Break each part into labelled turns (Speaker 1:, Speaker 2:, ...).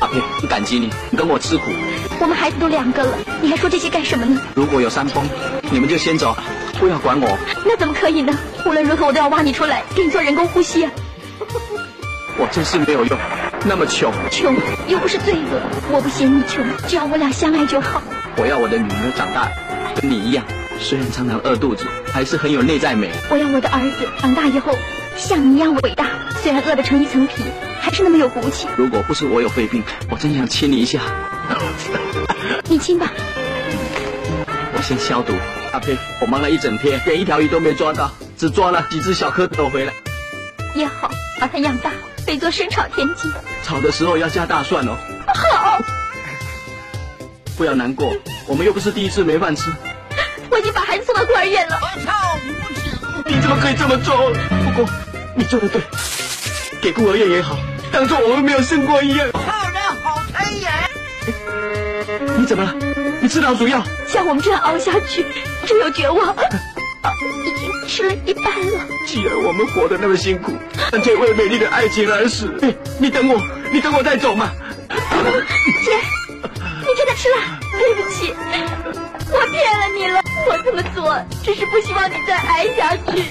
Speaker 1: 阿佩，很感啊激你，你跟我吃苦。
Speaker 2: 我们孩子都两个了，你还说这些干什么呢？
Speaker 1: 如果有山崩，你们就先走，不要管我。
Speaker 2: 那怎么可以呢？无论如何我都要挖你出来，给你做人工呼吸啊！
Speaker 1: 我真是没有用，那么穷。
Speaker 2: 穷又不是罪恶，我不嫌你穷，只要我俩相爱就好。
Speaker 1: 我要我的女儿长大，跟你一样，虽然常常饿肚子，还是很有内在美。
Speaker 2: 我要我的儿子长大以后像你一样伟大，虽然饿得成一层皮，还是那么有骨气。
Speaker 1: 如果不是我有肺病，我真想亲你一下。
Speaker 2: 你亲吧，
Speaker 1: 我先消毒。阿佩，我忙了一整天，连一条鱼都没抓到，只抓了几只小蝌蚪回来。
Speaker 2: 也好，把它养大，可以做生炒田鸡。
Speaker 1: 炒的时候要加大蒜哦。
Speaker 2: 好，
Speaker 1: 不要难过，我们又不是第一次没饭吃。
Speaker 2: 我已经把孩子送到孤儿院了。
Speaker 1: 你怎么可以这么做？不过你做的对，给孤儿院也好，当做我们没有生过一样。
Speaker 3: 漂亮好开眼。
Speaker 1: 你怎么了？你吃老鼠药？
Speaker 2: 像我们这样熬下去，只有绝望。 啊已经吃了一半了，
Speaker 1: 既然我们活得那么辛苦，干脆为美丽的爱情而死。哎你等我，你等我再走嘛。
Speaker 2: 姐，你真的吃了？对不起，我骗了你了。我这么做只是不希望你再挨下去，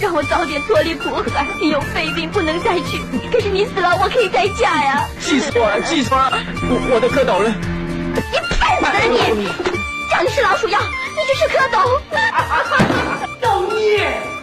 Speaker 2: 让我早点脱离苦海。你有肺病不能再娶，可是你死了，我可以再嫁呀。
Speaker 1: 气死我了，气死我了！我我的蝌蚪呢？
Speaker 2: 你骗死了你！叫你吃老鼠药，你只是蝌蚪。
Speaker 3: 造孽！